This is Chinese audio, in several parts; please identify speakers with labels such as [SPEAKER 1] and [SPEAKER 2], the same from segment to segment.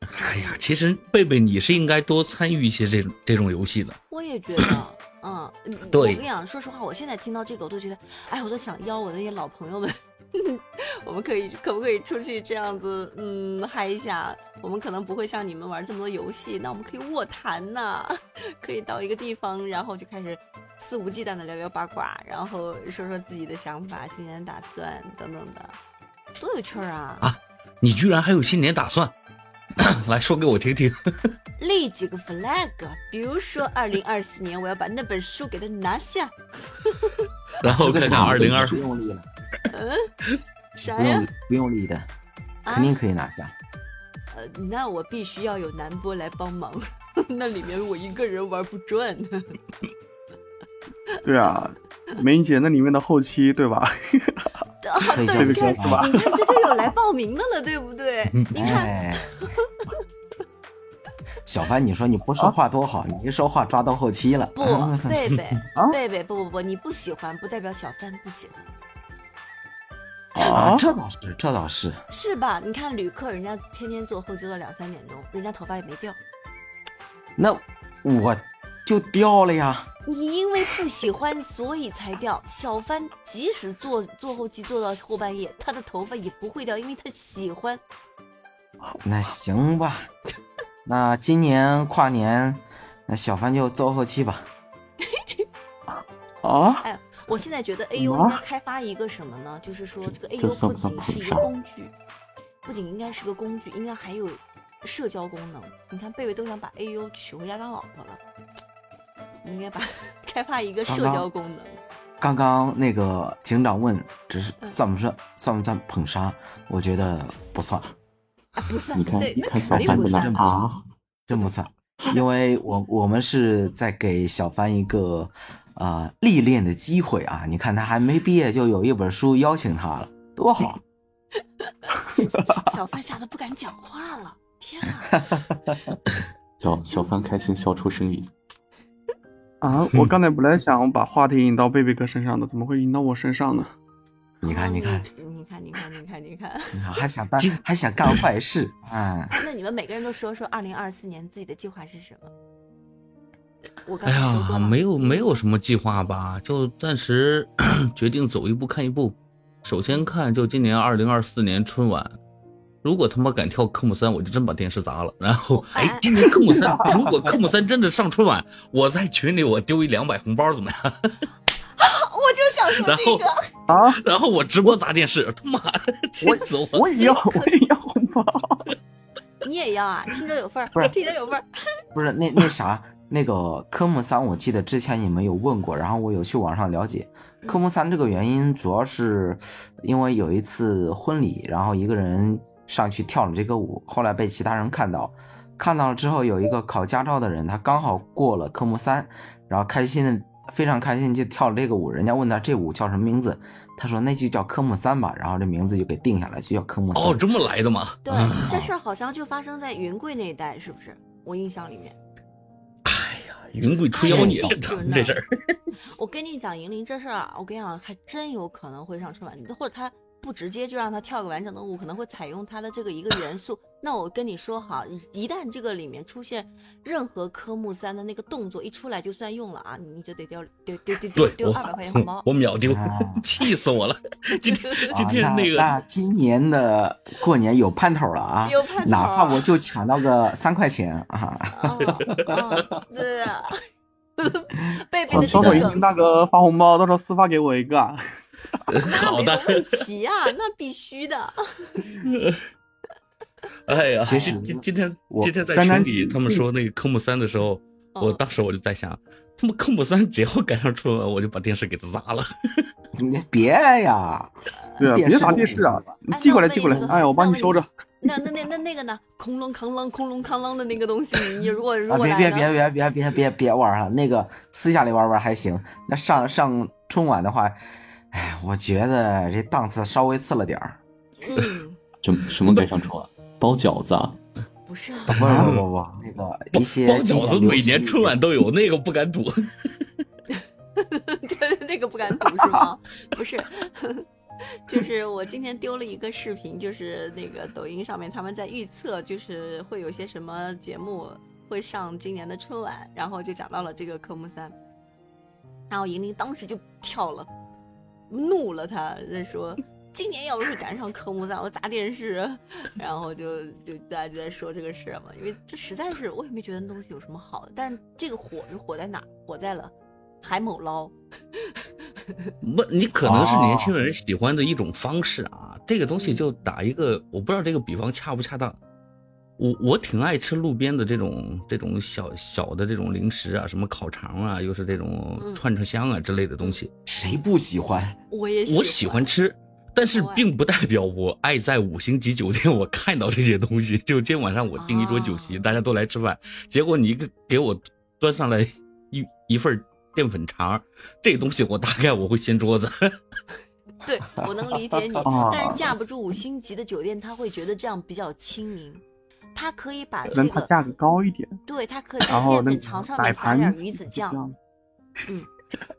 [SPEAKER 1] 哎呀，其实贝贝，你是应该多参与一些这种这种游戏的。
[SPEAKER 2] 我也觉得，嗯，你
[SPEAKER 1] 对
[SPEAKER 2] 我跟你讲，说实话，我现在听到这个，我都觉得，哎，我都想邀我那些老朋友们， 我们可以可不可以出去这样子，嗯，嗨一下？我们可能不会像你们玩这么多游戏，那我们可以卧谈呐、 可以到一个地方，然后就开始肆无忌惮的聊聊八卦，然后说说自己的想法、新年打算等等的，多有趣儿啊！
[SPEAKER 1] 啊你居然还有新年打算， 来说给我听 听。
[SPEAKER 2] 立几个 flag，比如说二零二四年我要把那本书给它拿下，
[SPEAKER 1] 然后
[SPEAKER 3] 这个
[SPEAKER 1] 看
[SPEAKER 3] 是
[SPEAKER 1] 看二零二
[SPEAKER 3] 不用力了，
[SPEAKER 2] 啥
[SPEAKER 3] 不
[SPEAKER 2] 哎呀
[SPEAKER 3] 用？不用力的，
[SPEAKER 2] 啊
[SPEAKER 3] 肯定可以拿下。
[SPEAKER 2] 呃，那我必须要有南波来帮忙， 那里面我一个人玩不转。
[SPEAKER 4] 对啊，梅英姐那里面的后期对吧？
[SPEAKER 2] 啊，
[SPEAKER 3] 可
[SPEAKER 2] 对，
[SPEAKER 3] 以
[SPEAKER 2] 你
[SPEAKER 3] 这样
[SPEAKER 2] 看，你
[SPEAKER 3] 说吧
[SPEAKER 2] 看，这就有来报名的了，对不对？你看，
[SPEAKER 3] 哎，小凡，你说你
[SPEAKER 2] 啊
[SPEAKER 3] 不说话多好，你一说话抓到后期了。
[SPEAKER 2] 不，贝 贝，贝贝，不不不，你不喜欢，不代表小帆不喜欢，
[SPEAKER 3] 啊，这倒是，这倒是。
[SPEAKER 2] 是吧？你看旅客，人家天天坐后座到两三点钟，人家头发也没掉。
[SPEAKER 3] 那我就掉了呀。
[SPEAKER 2] 你因为不喜欢，所以才掉。小帆即使坐坐后期坐到后半夜，他的头发也不会掉，因为他喜欢。
[SPEAKER 3] 那行吧，那今年跨年，那小凡就做后期吧。
[SPEAKER 4] 啊，
[SPEAKER 2] 哎，我现在觉得 A U 应
[SPEAKER 4] 么
[SPEAKER 2] 该开发一个什么呢？就是说，这个 A
[SPEAKER 4] 嗯啊这
[SPEAKER 2] U
[SPEAKER 4] 算
[SPEAKER 2] 不
[SPEAKER 4] 不算
[SPEAKER 2] 仅是一个
[SPEAKER 4] 捧杀
[SPEAKER 2] 工具，不仅应该是个工具，应该还有社交功能。你看，贝贝都想把 A U 娶回家当老婆了，你应该把 开发一个社
[SPEAKER 3] 刚刚
[SPEAKER 2] 交功能。
[SPEAKER 3] 刚刚那个警长问，只是
[SPEAKER 2] 嗯
[SPEAKER 3] 算不算算不算捧杀？我觉得不算，
[SPEAKER 2] 啊，不算，
[SPEAKER 4] 你看
[SPEAKER 2] 对，
[SPEAKER 4] 你
[SPEAKER 2] 那
[SPEAKER 4] 看小
[SPEAKER 2] 肯定
[SPEAKER 4] 凡
[SPEAKER 2] 不
[SPEAKER 4] 怎么
[SPEAKER 2] 算。
[SPEAKER 4] 啊？
[SPEAKER 3] 真不算，因为我我们是在给小凡一个呃历练的机会啊！你看他还没毕业就有一本书邀请他了，多好！
[SPEAKER 2] 小范吓得不敢讲话了，天 啊！
[SPEAKER 5] 小小帆开心笑出声音。
[SPEAKER 4] 啊，我刚才本来想把话题引到贝贝哥身上的，怎么会引到我身上呢？
[SPEAKER 3] 你看，你
[SPEAKER 2] 哦
[SPEAKER 3] 看，，
[SPEAKER 2] 你看，你看，你看，你看。
[SPEAKER 3] 你看还想当还想干坏事，哎，
[SPEAKER 2] 那你们每个人都说说二零二四年自己的计划是什么？我刚
[SPEAKER 1] 哎
[SPEAKER 2] 才说过
[SPEAKER 1] 呀，
[SPEAKER 2] 了
[SPEAKER 1] 没有没 有什么计划吧，就暂时 决定走一步看一步。首先看就今年二零二四年春晚，如果他妈敢跳科目三，我就真把电视砸了。然后，哎，今年科目三，如果科目三真的上春晚，我在群里我丢一两百红包怎么样？
[SPEAKER 2] 我就想说
[SPEAKER 1] 然
[SPEAKER 2] 这
[SPEAKER 1] 后
[SPEAKER 2] 个。
[SPEAKER 4] 啊，
[SPEAKER 1] 然后我直播砸电视，他妈的，气死我！
[SPEAKER 4] 我也要，我也要红包。
[SPEAKER 2] 你也要啊？听着有份儿，
[SPEAKER 3] 不是
[SPEAKER 2] 听着有份儿。
[SPEAKER 3] 不是那那啥，那个科目三，我记得之前你们有问过，然后我有去网上了解，
[SPEAKER 1] 嗯
[SPEAKER 3] 科目三这个原因主要是因为有一次婚礼，然后一个人上去跳了这个舞，后来被其他人看到，看到了之后有一个考驾照的人，他刚好过了科目三，然后开心的非常开心就跳了这个舞，人家问他这舞叫什么名字，他说那就叫科目三吧，然后这名字就给定下来，就叫
[SPEAKER 2] 嗯
[SPEAKER 3] 科目三。
[SPEAKER 1] 哦，这么来的吗？
[SPEAKER 2] 对
[SPEAKER 1] 嗯，
[SPEAKER 2] 这事儿好像就发生在云贵那一带，是不是？我印象里面，
[SPEAKER 1] 云贵出妖孽
[SPEAKER 2] 哎
[SPEAKER 1] 正常这事儿。
[SPEAKER 2] 我跟你讲，银铃这事儿啊，我跟你讲，还真有可能会上春晚，或者他不直接就让他跳个完整的舞，可能会采用他的这个一个元素。那我跟你说哈，一旦这个里面出现任何科目三的那个动作一出来就算用了啊，你就得丢丢丢丢丢
[SPEAKER 1] 对，
[SPEAKER 2] 丢
[SPEAKER 1] 我。
[SPEAKER 2] 二百块钱红包
[SPEAKER 1] 我秒丢
[SPEAKER 3] 啊，
[SPEAKER 1] 气死我了！今天今天
[SPEAKER 3] 啊、
[SPEAKER 1] 那个
[SPEAKER 3] 那今年的过年有盼头了啊！
[SPEAKER 2] 有盼头
[SPEAKER 3] 哪怕我就抢到个三块钱啊！
[SPEAKER 2] 啊啊，对啊， 贝贝的
[SPEAKER 4] 啊
[SPEAKER 2] 这
[SPEAKER 4] 稍
[SPEAKER 2] 个
[SPEAKER 4] 等
[SPEAKER 3] 我
[SPEAKER 4] 一
[SPEAKER 3] 已
[SPEAKER 2] 梗
[SPEAKER 4] 林大哥发红包，到时候私发给我一个啊。
[SPEAKER 1] 好
[SPEAKER 2] 那
[SPEAKER 1] 的
[SPEAKER 2] 没，得问题啊，那必须的。
[SPEAKER 1] 哎呀，
[SPEAKER 3] 其
[SPEAKER 1] 今
[SPEAKER 3] 实
[SPEAKER 1] 今今天
[SPEAKER 3] 我
[SPEAKER 1] 今天在
[SPEAKER 4] 单单
[SPEAKER 1] 群里
[SPEAKER 4] 是
[SPEAKER 1] 他们说那个科目三的时候，我
[SPEAKER 2] 嗯
[SPEAKER 1] 当时我就在想，他们科目三只要赶上春晚，我就把电视给他砸了。
[SPEAKER 3] 你别呀，
[SPEAKER 4] 对啊，
[SPEAKER 3] 电
[SPEAKER 4] 别
[SPEAKER 3] 视
[SPEAKER 4] 砸
[SPEAKER 3] 都
[SPEAKER 4] 电
[SPEAKER 3] 不
[SPEAKER 4] 视啊
[SPEAKER 3] 用了！
[SPEAKER 4] 你
[SPEAKER 2] 哎
[SPEAKER 4] 寄过来，
[SPEAKER 2] 那我
[SPEAKER 4] 寄过来
[SPEAKER 2] 问一。个
[SPEAKER 4] 哎，我帮
[SPEAKER 2] 那
[SPEAKER 4] 你
[SPEAKER 2] 我
[SPEAKER 4] 收着。
[SPEAKER 2] 那那那那那个呢？空隆扛啷，空隆扛啷的那个东西，你如果如
[SPEAKER 3] 啊！
[SPEAKER 2] 果
[SPEAKER 3] 别
[SPEAKER 2] 来
[SPEAKER 3] 别
[SPEAKER 2] 呢
[SPEAKER 3] 别别别别别别玩了，那个私下里玩玩还行。那上上春晚的话，哎，我觉得这档次稍微次了点儿。
[SPEAKER 2] 嗯，
[SPEAKER 5] 什什么该上春晚？包饺子啊？
[SPEAKER 2] 不是啊
[SPEAKER 3] 啊，不不不不，那个一些
[SPEAKER 1] 包
[SPEAKER 3] 经
[SPEAKER 1] 饺子
[SPEAKER 3] 典流
[SPEAKER 1] 每
[SPEAKER 3] 行
[SPEAKER 1] 年
[SPEAKER 3] 的
[SPEAKER 1] 春晚都有，那个不敢赌。
[SPEAKER 2] 对，那个不敢赌是吗？不是， 就是我今天丢了一个视频，就是那个抖音上面他们在预测，就是会有些什么节目会上今年的春晚，然后就讲到了这个科目三，然后银铃当时就跳了，怒了他，他说。今年要不是赶上科目三，我砸电视，然后就就大家就在说这个事嘛，因为这实在是我也没觉得那东西有什么好的，但是这个火是火在哪儿？火在了海某捞，
[SPEAKER 1] 不，你可能是年轻人喜欢的一种方式啊。这个东西就打一个，我不知道这个比方恰不恰当。我我挺爱吃路边的这种这种小小的这种零食啊，什么烤肠啊，又是这种
[SPEAKER 2] 嗯
[SPEAKER 1] 串串香啊之类的东西，
[SPEAKER 3] 谁不喜 欢？
[SPEAKER 2] 我也
[SPEAKER 1] 我喜欢吃。但是
[SPEAKER 2] 我也
[SPEAKER 1] 并不代表我爱在五星级酒店，我看到这些东西。就今天晚上我订一桌酒席，
[SPEAKER 2] 啊
[SPEAKER 1] 大家都来吃饭，结果你给给我端上来一一份淀粉肠，这东西我大概我会掀桌子。
[SPEAKER 2] 对，我能理解 你
[SPEAKER 4] 啊，
[SPEAKER 2] 但是架不住五星级的酒店，他会觉得这样比较亲民，他可以把
[SPEAKER 4] 可
[SPEAKER 2] 这
[SPEAKER 4] 能它价
[SPEAKER 2] 个，
[SPEAKER 4] 格高一点，
[SPEAKER 2] 对他可以在
[SPEAKER 4] 然后
[SPEAKER 2] 淀
[SPEAKER 4] 那
[SPEAKER 2] 粉
[SPEAKER 4] 个
[SPEAKER 2] 肠上
[SPEAKER 4] 奶
[SPEAKER 2] 面撒
[SPEAKER 4] 盘
[SPEAKER 2] 点鱼子
[SPEAKER 4] 是这
[SPEAKER 2] 酱，
[SPEAKER 4] 样的
[SPEAKER 2] 嗯，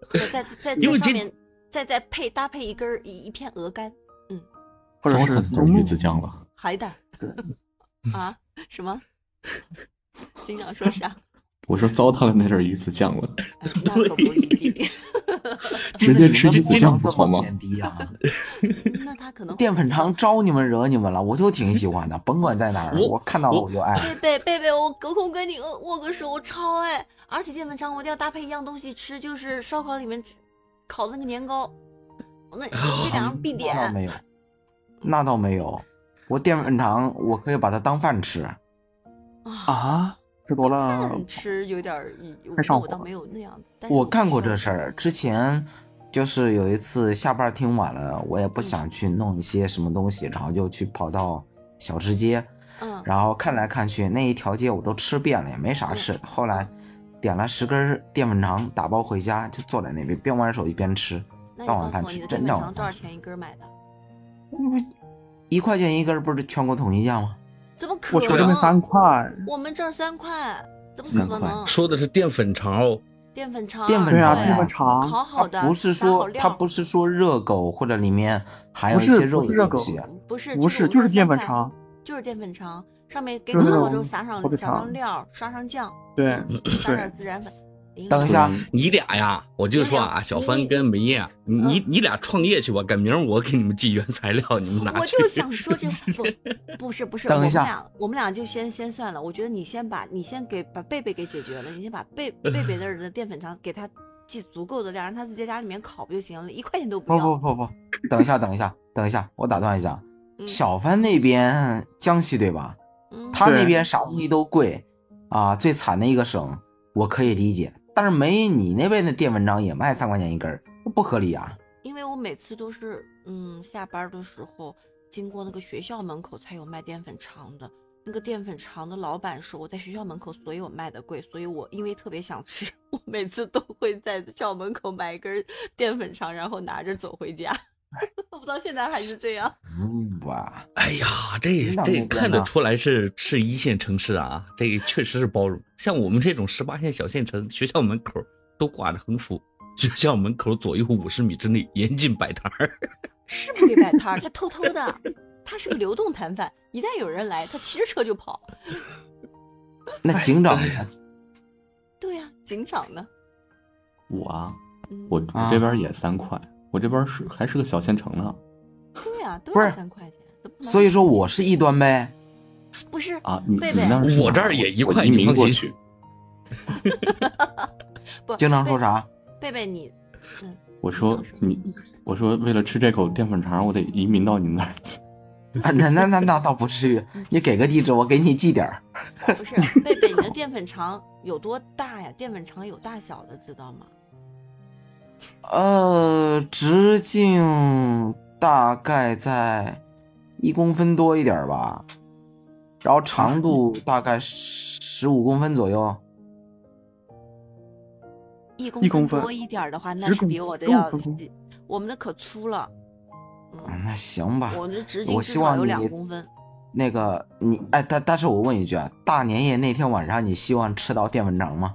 [SPEAKER 2] 和再再在
[SPEAKER 1] 因为
[SPEAKER 2] 上
[SPEAKER 1] 这
[SPEAKER 2] 面再再配搭配一根儿一一片鹅肝、
[SPEAKER 4] 或者
[SPEAKER 5] 早
[SPEAKER 4] 是
[SPEAKER 5] 产
[SPEAKER 4] 松
[SPEAKER 5] 有鱼
[SPEAKER 4] 露
[SPEAKER 5] 子酱了，
[SPEAKER 2] 海胆
[SPEAKER 4] 对，
[SPEAKER 2] 啊什 么？经常说啥？
[SPEAKER 5] 我说糟蹋了那点鱼子酱了，
[SPEAKER 2] 哎那可不一定，
[SPEAKER 5] 直接吃鱼
[SPEAKER 3] 你
[SPEAKER 5] 子
[SPEAKER 3] 们
[SPEAKER 5] 酱
[SPEAKER 3] 能
[SPEAKER 5] 不
[SPEAKER 3] 不
[SPEAKER 5] 好
[SPEAKER 3] 能这
[SPEAKER 5] 吗
[SPEAKER 3] 么？贬低啊？
[SPEAKER 2] 那他可能
[SPEAKER 3] 淀粉肠招你们惹你们了，我就挺喜欢的，甭管在哪儿，
[SPEAKER 1] 我
[SPEAKER 3] 我看到了我就爱。
[SPEAKER 2] 贝贝贝贝，我隔空跟你握握个手，我超爱，而且淀粉肠我一定要搭配一样东西吃，就是烧烤里面吃烤的那个年糕，那
[SPEAKER 4] 哦
[SPEAKER 2] 这两样必
[SPEAKER 3] 嗯那倒
[SPEAKER 2] 点。
[SPEAKER 3] 哦
[SPEAKER 2] 啊
[SPEAKER 3] 没有，那倒没有。我淀粉肠，我可以把它当饭吃。
[SPEAKER 4] 啊，吃多了
[SPEAKER 2] 饭吃有点儿一，
[SPEAKER 4] 太
[SPEAKER 2] 那
[SPEAKER 4] 上
[SPEAKER 2] 我倒
[SPEAKER 4] 火
[SPEAKER 2] 没有那样子。但是
[SPEAKER 3] 我干过
[SPEAKER 2] 吃
[SPEAKER 3] 这事儿，之前就是有一次下班挺晚了，我
[SPEAKER 2] 嗯
[SPEAKER 3] 也不想去弄一些什么东西，然后就去跑到小吃街，
[SPEAKER 2] 嗯，
[SPEAKER 3] 然后看来看去那一条街我都吃遍了，也没啥吃的。后来点了十根淀粉肠，打包回家就坐在那边边玩手机边吃，
[SPEAKER 2] 那你
[SPEAKER 3] 当
[SPEAKER 2] 告
[SPEAKER 3] 晚
[SPEAKER 2] 诉
[SPEAKER 3] 饭
[SPEAKER 2] 我你
[SPEAKER 3] 吃
[SPEAKER 2] 的淀粉
[SPEAKER 3] 真当
[SPEAKER 2] 肠
[SPEAKER 3] 晚
[SPEAKER 2] 多少
[SPEAKER 3] 饭吃。
[SPEAKER 2] 钱一根儿买的？
[SPEAKER 3] 一块钱一根儿不是全国统一价吗？
[SPEAKER 2] 怎么可
[SPEAKER 4] 我
[SPEAKER 2] 能？
[SPEAKER 4] 瞅这边三块，
[SPEAKER 2] 我们这儿三块，怎
[SPEAKER 5] 三
[SPEAKER 2] 么可
[SPEAKER 5] 块
[SPEAKER 2] 能？
[SPEAKER 1] 说的是淀粉肠哦，
[SPEAKER 2] 淀粉肠，
[SPEAKER 3] 淀粉
[SPEAKER 4] 对啊，
[SPEAKER 3] 肠
[SPEAKER 4] 淀
[SPEAKER 3] 呀
[SPEAKER 4] 粉肠，
[SPEAKER 2] 烤好的，
[SPEAKER 3] 它不是
[SPEAKER 2] 撒好
[SPEAKER 3] 说它
[SPEAKER 2] 料
[SPEAKER 3] 不是说热狗或者里面含有
[SPEAKER 4] 不
[SPEAKER 3] 一
[SPEAKER 4] 是
[SPEAKER 3] 些肉
[SPEAKER 4] 不是
[SPEAKER 3] 的
[SPEAKER 4] 热
[SPEAKER 3] 东
[SPEAKER 4] 狗
[SPEAKER 3] 西啊，
[SPEAKER 2] 不是
[SPEAKER 4] 不是就是淀粉，
[SPEAKER 2] 这个我们这儿三块
[SPEAKER 4] 肠，
[SPEAKER 2] 就是淀粉肠，上面给
[SPEAKER 4] 就
[SPEAKER 2] 烤
[SPEAKER 4] 是
[SPEAKER 2] 好
[SPEAKER 4] 那
[SPEAKER 2] 之后
[SPEAKER 4] 种
[SPEAKER 2] 撒上
[SPEAKER 4] 火腿
[SPEAKER 2] 撒上
[SPEAKER 4] 肠
[SPEAKER 2] 料，刷上酱，
[SPEAKER 4] 对
[SPEAKER 2] 嗯撒
[SPEAKER 4] 对
[SPEAKER 2] 点孜然粉。哎零
[SPEAKER 3] 等一下
[SPEAKER 5] 嗯
[SPEAKER 1] 你俩呀，我就说
[SPEAKER 2] 没有
[SPEAKER 1] 啊，小
[SPEAKER 2] 哎你
[SPEAKER 1] 帆
[SPEAKER 2] 你
[SPEAKER 1] 跟梅艳啊，你
[SPEAKER 2] 嗯
[SPEAKER 1] 你你俩创业去吧，赶明儿我给你们寄原材料，你们拿去。
[SPEAKER 2] 我就想说 这不不是不是，
[SPEAKER 3] 等一
[SPEAKER 2] 我们
[SPEAKER 3] 下
[SPEAKER 2] 俩我们俩就先先算了。我觉得你先把你先给把贝贝给解决了，你先把 贝贝贝那儿的淀粉肠给他寄足够的量，让他自己在家里面烤不就行了？一块钱都
[SPEAKER 3] 不
[SPEAKER 2] 要。
[SPEAKER 3] 不不不，等一下，等一下，等一下，我打断一下。
[SPEAKER 2] 嗯
[SPEAKER 3] 小帆那边江西对吧？
[SPEAKER 2] 嗯
[SPEAKER 3] 他那
[SPEAKER 4] 对
[SPEAKER 3] 边啥东西都贵啊，最惨的一个省，我可以理解。但是没你那边的淀粉肠也卖三块钱一根儿，不合理啊！
[SPEAKER 2] 因为我每次都是，嗯，下班儿的时候经过那个学校门口才有卖淀粉肠的。那个淀粉肠的老板说我在学校门口，所以我卖的贵，所以我因为特别想吃， 我每次都会在校门口买一根儿淀粉肠，然后拿着走回家。 我到现在还是这样。
[SPEAKER 3] 嗯吧，
[SPEAKER 1] 哎呀，这
[SPEAKER 3] 领导那
[SPEAKER 1] 这
[SPEAKER 3] 边
[SPEAKER 1] 看得
[SPEAKER 3] 呢
[SPEAKER 1] 出来是是一线城市啊，这确实是包容。像我们这种十八线小县城，学校门口都挂着横幅，学校门口左右五十米之内严禁摆摊儿。
[SPEAKER 2] 是不给摆摊儿，他偷偷的， 他是个流动摊贩，一旦有人来，他骑着车就跑。
[SPEAKER 3] 那警长
[SPEAKER 2] 对呀、警长呢？
[SPEAKER 5] 我啊，
[SPEAKER 2] 嗯，
[SPEAKER 5] 我我这边也三块，我这边是还是个小县城呢
[SPEAKER 2] 对呀、都
[SPEAKER 3] 不
[SPEAKER 2] 要
[SPEAKER 3] 是
[SPEAKER 2] 三块钱。怎么能
[SPEAKER 3] 所以说我是异端呗。
[SPEAKER 2] 不是
[SPEAKER 5] 啊，你
[SPEAKER 2] 贝
[SPEAKER 5] 你
[SPEAKER 2] 贝
[SPEAKER 5] 那儿是
[SPEAKER 1] 我
[SPEAKER 5] 哪
[SPEAKER 1] 这儿也一
[SPEAKER 5] 我
[SPEAKER 1] 块
[SPEAKER 5] 移
[SPEAKER 1] 你
[SPEAKER 5] 民
[SPEAKER 1] 放
[SPEAKER 5] 过
[SPEAKER 1] 心
[SPEAKER 5] 去，
[SPEAKER 2] 不
[SPEAKER 3] 经常
[SPEAKER 2] 贝
[SPEAKER 3] 说啥？
[SPEAKER 2] 贝贝 你，嗯，
[SPEAKER 5] 我说你，我说为了吃这口淀粉肠，我得移民到你那儿去。
[SPEAKER 3] 啊那那那那倒不至于，你给个地址，我给你寄点儿。
[SPEAKER 2] 不是贝贝，你的淀粉肠有多大呀？淀粉肠有大小的，知道吗？
[SPEAKER 3] 呃，直径大概在一公分多一点儿吧，然后长度
[SPEAKER 2] 嗯
[SPEAKER 3] 大概十五公分左右。
[SPEAKER 2] 一公
[SPEAKER 4] 一公分
[SPEAKER 2] 多一点儿的话，那
[SPEAKER 4] 十
[SPEAKER 2] 是
[SPEAKER 4] 公
[SPEAKER 2] 比
[SPEAKER 4] 分
[SPEAKER 2] 我的
[SPEAKER 4] 15
[SPEAKER 2] 要
[SPEAKER 4] 公分
[SPEAKER 2] 细，我们的可粗了。
[SPEAKER 3] 啊，
[SPEAKER 2] 嗯，
[SPEAKER 3] 那行吧。
[SPEAKER 2] 我的直径
[SPEAKER 3] 我
[SPEAKER 2] 至
[SPEAKER 3] 希
[SPEAKER 2] 少
[SPEAKER 3] 望
[SPEAKER 2] 有
[SPEAKER 3] 你
[SPEAKER 2] 两公分。
[SPEAKER 3] 那个你哎，但但是我问一句啊，大年夜那天晚上你希望吃到淀粉肠吗？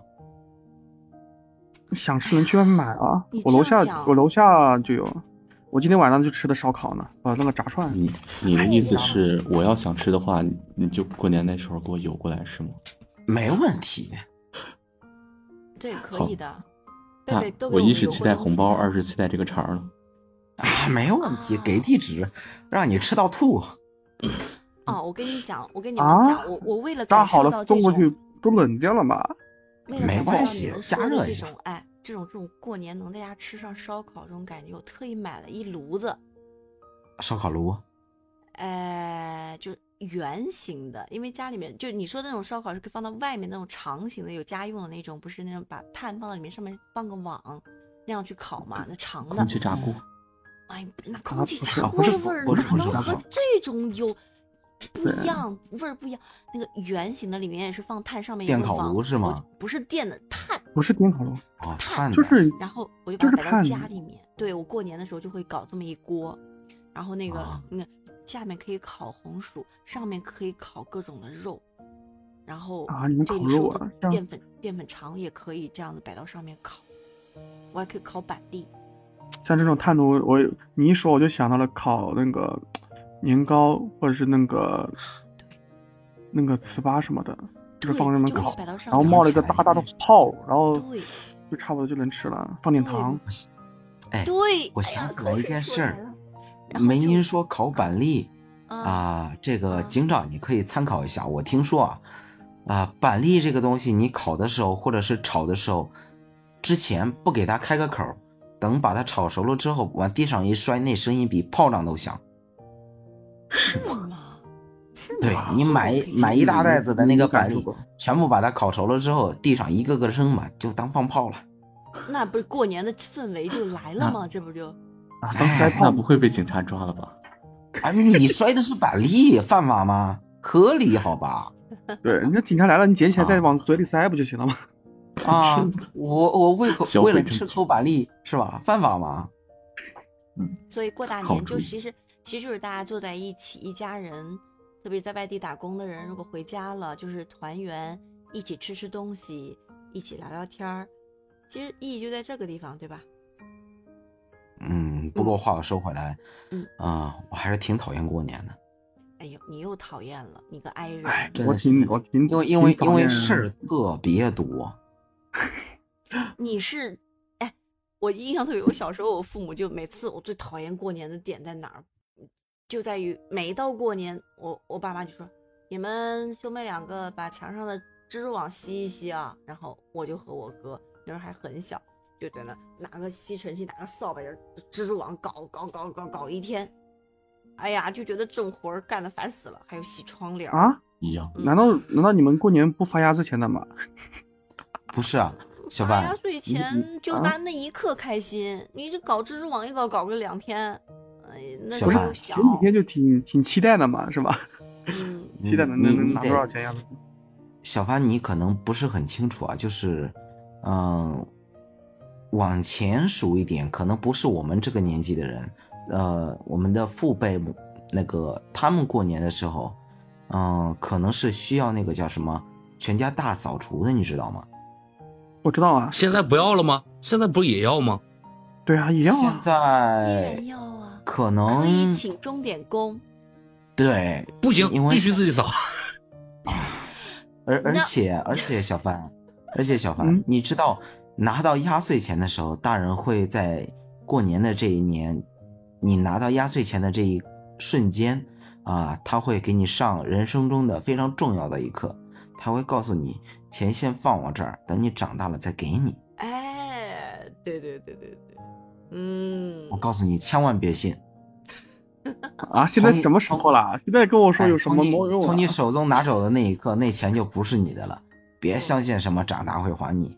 [SPEAKER 4] 想吃能去外面买啊啊
[SPEAKER 2] 你，这
[SPEAKER 4] 我楼
[SPEAKER 2] 样
[SPEAKER 4] 下
[SPEAKER 2] 讲
[SPEAKER 4] 我楼下就有，我今天晚上就吃的烧烤呢，把那个炸 串。
[SPEAKER 5] 你你的意思是，我要想吃的话，你你就过年那时候给我邮过来是吗？
[SPEAKER 3] 没问题。
[SPEAKER 2] 对，可
[SPEAKER 5] 好
[SPEAKER 2] 以的。贝
[SPEAKER 5] 看
[SPEAKER 2] 贝都，给
[SPEAKER 5] 我
[SPEAKER 2] 们
[SPEAKER 5] 一是
[SPEAKER 2] 邮
[SPEAKER 5] 期
[SPEAKER 2] 过
[SPEAKER 5] 待
[SPEAKER 2] 东
[SPEAKER 5] 红
[SPEAKER 2] 西
[SPEAKER 5] 包，
[SPEAKER 2] 了
[SPEAKER 5] 二是期待这个肠儿了。
[SPEAKER 3] 啊，没问题，
[SPEAKER 2] 啊
[SPEAKER 3] 给地址，让你吃到吐。
[SPEAKER 2] 哦，我跟你讲，我跟你们
[SPEAKER 4] 啊
[SPEAKER 2] 讲，我我为了
[SPEAKER 4] 炸
[SPEAKER 2] 感
[SPEAKER 4] 好
[SPEAKER 2] 受到
[SPEAKER 4] 了
[SPEAKER 2] 这
[SPEAKER 4] 送过
[SPEAKER 2] 种，
[SPEAKER 4] 去都冷掉了吧？
[SPEAKER 2] 为了
[SPEAKER 3] 没
[SPEAKER 2] 感受
[SPEAKER 3] 关
[SPEAKER 2] 到
[SPEAKER 3] 系
[SPEAKER 2] 你们
[SPEAKER 3] 加
[SPEAKER 2] 说的
[SPEAKER 3] 热
[SPEAKER 2] 这
[SPEAKER 3] 一下
[SPEAKER 2] 种哎，这种这种过年能在家吃上烧烤这种感觉，我特意买了一炉子，
[SPEAKER 3] 烧烤炉，
[SPEAKER 2] 呃，就圆形的，因为家里面就你说的那种烧烤是可以放到外面那种长形的，有家用的那种，不是那种把炭放到里面，上面放个网那样去烤嘛，那长的
[SPEAKER 5] 空。气炸锅，
[SPEAKER 2] 哎，那空气
[SPEAKER 4] 不是
[SPEAKER 2] 炸
[SPEAKER 4] 啊
[SPEAKER 2] 锅
[SPEAKER 4] 不
[SPEAKER 2] 的
[SPEAKER 4] 是
[SPEAKER 2] 味儿
[SPEAKER 3] 不是
[SPEAKER 2] 哪
[SPEAKER 3] 不是
[SPEAKER 2] 能
[SPEAKER 3] 不
[SPEAKER 2] 和
[SPEAKER 3] 是
[SPEAKER 2] 这种有不一
[SPEAKER 4] 对
[SPEAKER 2] 样，味儿不一样。那个圆形的里面也是放炭，上面有
[SPEAKER 3] 电
[SPEAKER 2] 个
[SPEAKER 3] 烤
[SPEAKER 2] 网
[SPEAKER 3] 炉是
[SPEAKER 2] 我
[SPEAKER 3] 吗？
[SPEAKER 2] 不是电的炭，
[SPEAKER 4] 不是电烤炉，
[SPEAKER 3] 哦，炭的
[SPEAKER 4] 就是
[SPEAKER 2] 嗯然后我就把
[SPEAKER 4] 就是
[SPEAKER 2] 它摆到
[SPEAKER 4] 炭
[SPEAKER 2] 家
[SPEAKER 4] 的
[SPEAKER 2] 里面。对我过年的时候就会搞这么一锅，然后那个
[SPEAKER 3] 啊
[SPEAKER 2] 那个下面可以烤红薯，上面可以烤各种的肉，然后
[SPEAKER 4] 啊你们
[SPEAKER 2] 这
[SPEAKER 4] 烤
[SPEAKER 2] 里
[SPEAKER 4] 肉
[SPEAKER 2] 收的
[SPEAKER 4] 啊这样
[SPEAKER 2] 淀粉淀粉肠也可以这样子摆到上面烤，我还可以烤板栗。
[SPEAKER 4] 像这种炭炉，我你一说我就想到了烤那个年糕或者是那个那个糍粑什么的，就
[SPEAKER 2] 对，
[SPEAKER 4] 是放上面
[SPEAKER 2] 就可以
[SPEAKER 4] 烤，
[SPEAKER 2] 摆到上
[SPEAKER 4] 然后
[SPEAKER 2] 面
[SPEAKER 4] 冒了一个
[SPEAKER 3] 想起
[SPEAKER 4] 大
[SPEAKER 3] 来
[SPEAKER 4] 大的
[SPEAKER 3] 了
[SPEAKER 4] 泡，然后
[SPEAKER 2] 对
[SPEAKER 4] 就差不多就能吃了，放点糖。
[SPEAKER 3] 哎，
[SPEAKER 2] 对，
[SPEAKER 3] 我
[SPEAKER 2] 哎呀
[SPEAKER 3] 想起来一件事，
[SPEAKER 2] 口水出
[SPEAKER 3] 儿
[SPEAKER 2] 然，后
[SPEAKER 3] 梅
[SPEAKER 2] 就
[SPEAKER 3] 英说烤板栗
[SPEAKER 2] 来了啊，
[SPEAKER 3] 啊，这个
[SPEAKER 2] 啊
[SPEAKER 3] 警长你可以参考一下。我听说啊，啊，板栗这个东西，你烤的时候或者是炒的时候，之前不给它开个口儿，等把它炒熟了之后，往地上一摔，那声音比炮仗都响。
[SPEAKER 2] 是吗？是吗？
[SPEAKER 3] 对你
[SPEAKER 2] 这个
[SPEAKER 3] 买
[SPEAKER 2] 我可以
[SPEAKER 3] 买一
[SPEAKER 2] 试
[SPEAKER 3] 大
[SPEAKER 2] 试
[SPEAKER 3] 袋子的那个
[SPEAKER 4] 你感
[SPEAKER 3] 板
[SPEAKER 4] 受
[SPEAKER 3] 栗
[SPEAKER 4] 过，
[SPEAKER 3] 全部把它烤熟了之后，地上一个个扔满，就当放炮了。
[SPEAKER 2] 那不是过年的氛围就来了吗？这不就
[SPEAKER 4] 啊，当 摔
[SPEAKER 5] 那
[SPEAKER 4] 炮
[SPEAKER 5] 不会被警察抓了吧？
[SPEAKER 3] 哎，你摔的是板栗，犯法吗？合理好 吧？
[SPEAKER 4] 对，人家警察来了，你捡起来再
[SPEAKER 3] 啊
[SPEAKER 4] 往嘴里塞不就行了吗？
[SPEAKER 3] 啊，我我胃口
[SPEAKER 5] 消费
[SPEAKER 3] 为了
[SPEAKER 5] 正
[SPEAKER 3] 吃
[SPEAKER 5] 确
[SPEAKER 3] 口板栗是吧？犯法吗？
[SPEAKER 2] 所以过大
[SPEAKER 5] 好
[SPEAKER 2] 年就
[SPEAKER 5] 主意
[SPEAKER 2] 其实其实就是大家坐在一起，一家人，特别是在外地打工的人，如果回家了，就是团圆，一起吃吃东西，一起聊聊天儿。其实意义就在这个地方，对吧？
[SPEAKER 3] 嗯，不过话又说回来，
[SPEAKER 2] 嗯
[SPEAKER 3] 啊，我还是挺讨厌过年的，
[SPEAKER 2] 哎呦，你又讨厌了，你个 i 人。
[SPEAKER 4] 哎，
[SPEAKER 3] 真
[SPEAKER 4] 我
[SPEAKER 3] 的是
[SPEAKER 4] 挺我
[SPEAKER 3] 因
[SPEAKER 4] 挺
[SPEAKER 3] 为因为
[SPEAKER 4] 挺讨
[SPEAKER 3] 因为
[SPEAKER 4] 厌
[SPEAKER 3] 事儿特别多。
[SPEAKER 2] 你是，哎，我印象特别，我小时候我父母就每次我最讨厌过年的点在哪儿，就在于每一到过年，我我爸妈就说你们兄妹两个把墙上的蜘蛛网吸一吸啊，然后我就和我哥那时候还很小，就在那拿个吸尘器拿个扫把蜘蛛网搞搞搞搞搞一天，哎呀就觉得这种活儿干的烦死了，还有洗窗帘儿，
[SPEAKER 4] 啊？
[SPEAKER 5] 一样，
[SPEAKER 2] 嗯
[SPEAKER 4] 难道难道你们过年不发压岁钱的吗？
[SPEAKER 3] 不是啊，小
[SPEAKER 2] 发
[SPEAKER 3] 范
[SPEAKER 2] 压岁
[SPEAKER 3] 你
[SPEAKER 2] 钱就
[SPEAKER 4] 啊
[SPEAKER 2] 拿那一刻开心，你这搞蜘蛛网一搞搞个两天，哎，那
[SPEAKER 3] 小
[SPEAKER 2] 时
[SPEAKER 3] 范
[SPEAKER 2] 候小
[SPEAKER 3] 前
[SPEAKER 4] 前，几天就挺挺期待的嘛，是吧？
[SPEAKER 2] 嗯，
[SPEAKER 3] 你
[SPEAKER 4] 期待能
[SPEAKER 3] 你
[SPEAKER 4] 能能
[SPEAKER 3] 你
[SPEAKER 4] 拿
[SPEAKER 3] 得
[SPEAKER 4] 多少钱压岁钱？
[SPEAKER 3] 小凡，你可能不是很清楚啊，就是，嗯，往前数一点，可能不是我们这个年纪的人，呃，我们的父辈母那个他们过年的时候，嗯，可能是需要那个叫什么全家大扫除的，你知道吗？
[SPEAKER 4] 我知道啊，
[SPEAKER 1] 现在不要了吗？现在不也要吗？
[SPEAKER 4] 对啊，也要啊
[SPEAKER 3] 现。
[SPEAKER 2] 依
[SPEAKER 3] 在
[SPEAKER 2] 然要啊，
[SPEAKER 3] 可
[SPEAKER 2] 可以
[SPEAKER 3] 哎能
[SPEAKER 2] 请钟点工，
[SPEAKER 3] 对，
[SPEAKER 1] 不行
[SPEAKER 3] 因，为
[SPEAKER 1] 必须自己扫。
[SPEAKER 3] 而而
[SPEAKER 2] 那
[SPEAKER 3] 且而且小 凡，而且小凡
[SPEAKER 4] 嗯，
[SPEAKER 3] 你知道拿到压岁钱的时候，大人会在过年的这一年，你拿到压岁钱的这一瞬间啊，他会给你上人生中的非常重要的一课，他会告诉你钱先放我这儿，等你长大了再给你。
[SPEAKER 4] 嗯
[SPEAKER 2] 哎，对对对对对，嗯
[SPEAKER 3] 我，告诉你，千万别信。
[SPEAKER 4] 啊，现在
[SPEAKER 3] 从
[SPEAKER 4] 什么时候啦？现在跟我说
[SPEAKER 3] 哎
[SPEAKER 4] 有什么
[SPEAKER 3] 从你
[SPEAKER 4] 毛用啊？
[SPEAKER 3] 从你手中拿走的那一刻，那钱就不是你的了。别相信什么长大会还你。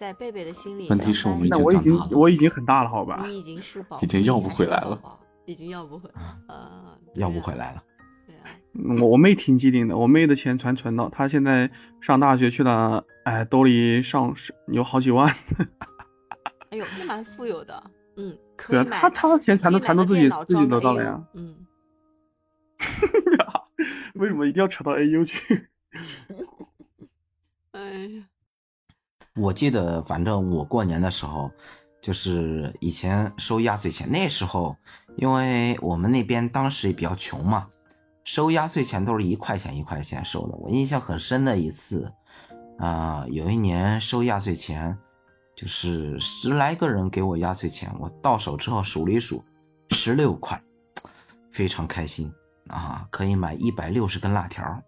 [SPEAKER 2] 在贝贝的心里，
[SPEAKER 5] 问题是我们已
[SPEAKER 4] 那
[SPEAKER 5] 经
[SPEAKER 4] 我
[SPEAKER 5] 长
[SPEAKER 4] 已经
[SPEAKER 5] 大了
[SPEAKER 4] 我已经很大了，好吧
[SPEAKER 2] 你？已经是宝贝，
[SPEAKER 5] 已经要
[SPEAKER 2] 你
[SPEAKER 5] 不
[SPEAKER 2] 还
[SPEAKER 5] 回
[SPEAKER 2] 是
[SPEAKER 5] 来
[SPEAKER 2] 宝
[SPEAKER 5] 了
[SPEAKER 2] 宝，已经要不回
[SPEAKER 4] 嗯
[SPEAKER 2] 啊，
[SPEAKER 3] 要不回来了。
[SPEAKER 2] 对啊，
[SPEAKER 4] 嗯我我妹挺机灵的，我妹的钱全存到，她现在上大学去了，哎，兜里上是有好几万。
[SPEAKER 2] 哎呦，那蛮富有的，嗯，可
[SPEAKER 4] 对
[SPEAKER 2] 以
[SPEAKER 4] 啊，
[SPEAKER 2] 买，
[SPEAKER 4] 她她的钱
[SPEAKER 2] 可
[SPEAKER 4] 全都
[SPEAKER 2] 以买个
[SPEAKER 4] 全都自
[SPEAKER 2] 电
[SPEAKER 4] 己
[SPEAKER 2] 脑
[SPEAKER 4] 自己
[SPEAKER 2] 装个
[SPEAKER 4] 得到了
[SPEAKER 2] AU
[SPEAKER 4] 呀。
[SPEAKER 2] 嗯，
[SPEAKER 4] 为什么一定要扯到 AU 去？
[SPEAKER 2] 哎呀，哎
[SPEAKER 3] 我记得，反正我过年的时候，就是以前收压岁钱，那时候因为我们那边当时也比较穷嘛，收压岁钱都是一块钱一块钱收的。我印象很深的一次，啊、有一年收压岁钱，就是十来个人给我压岁钱，我到手之后数了一数，十六块，非常开心啊，可以买一百六十根辣条。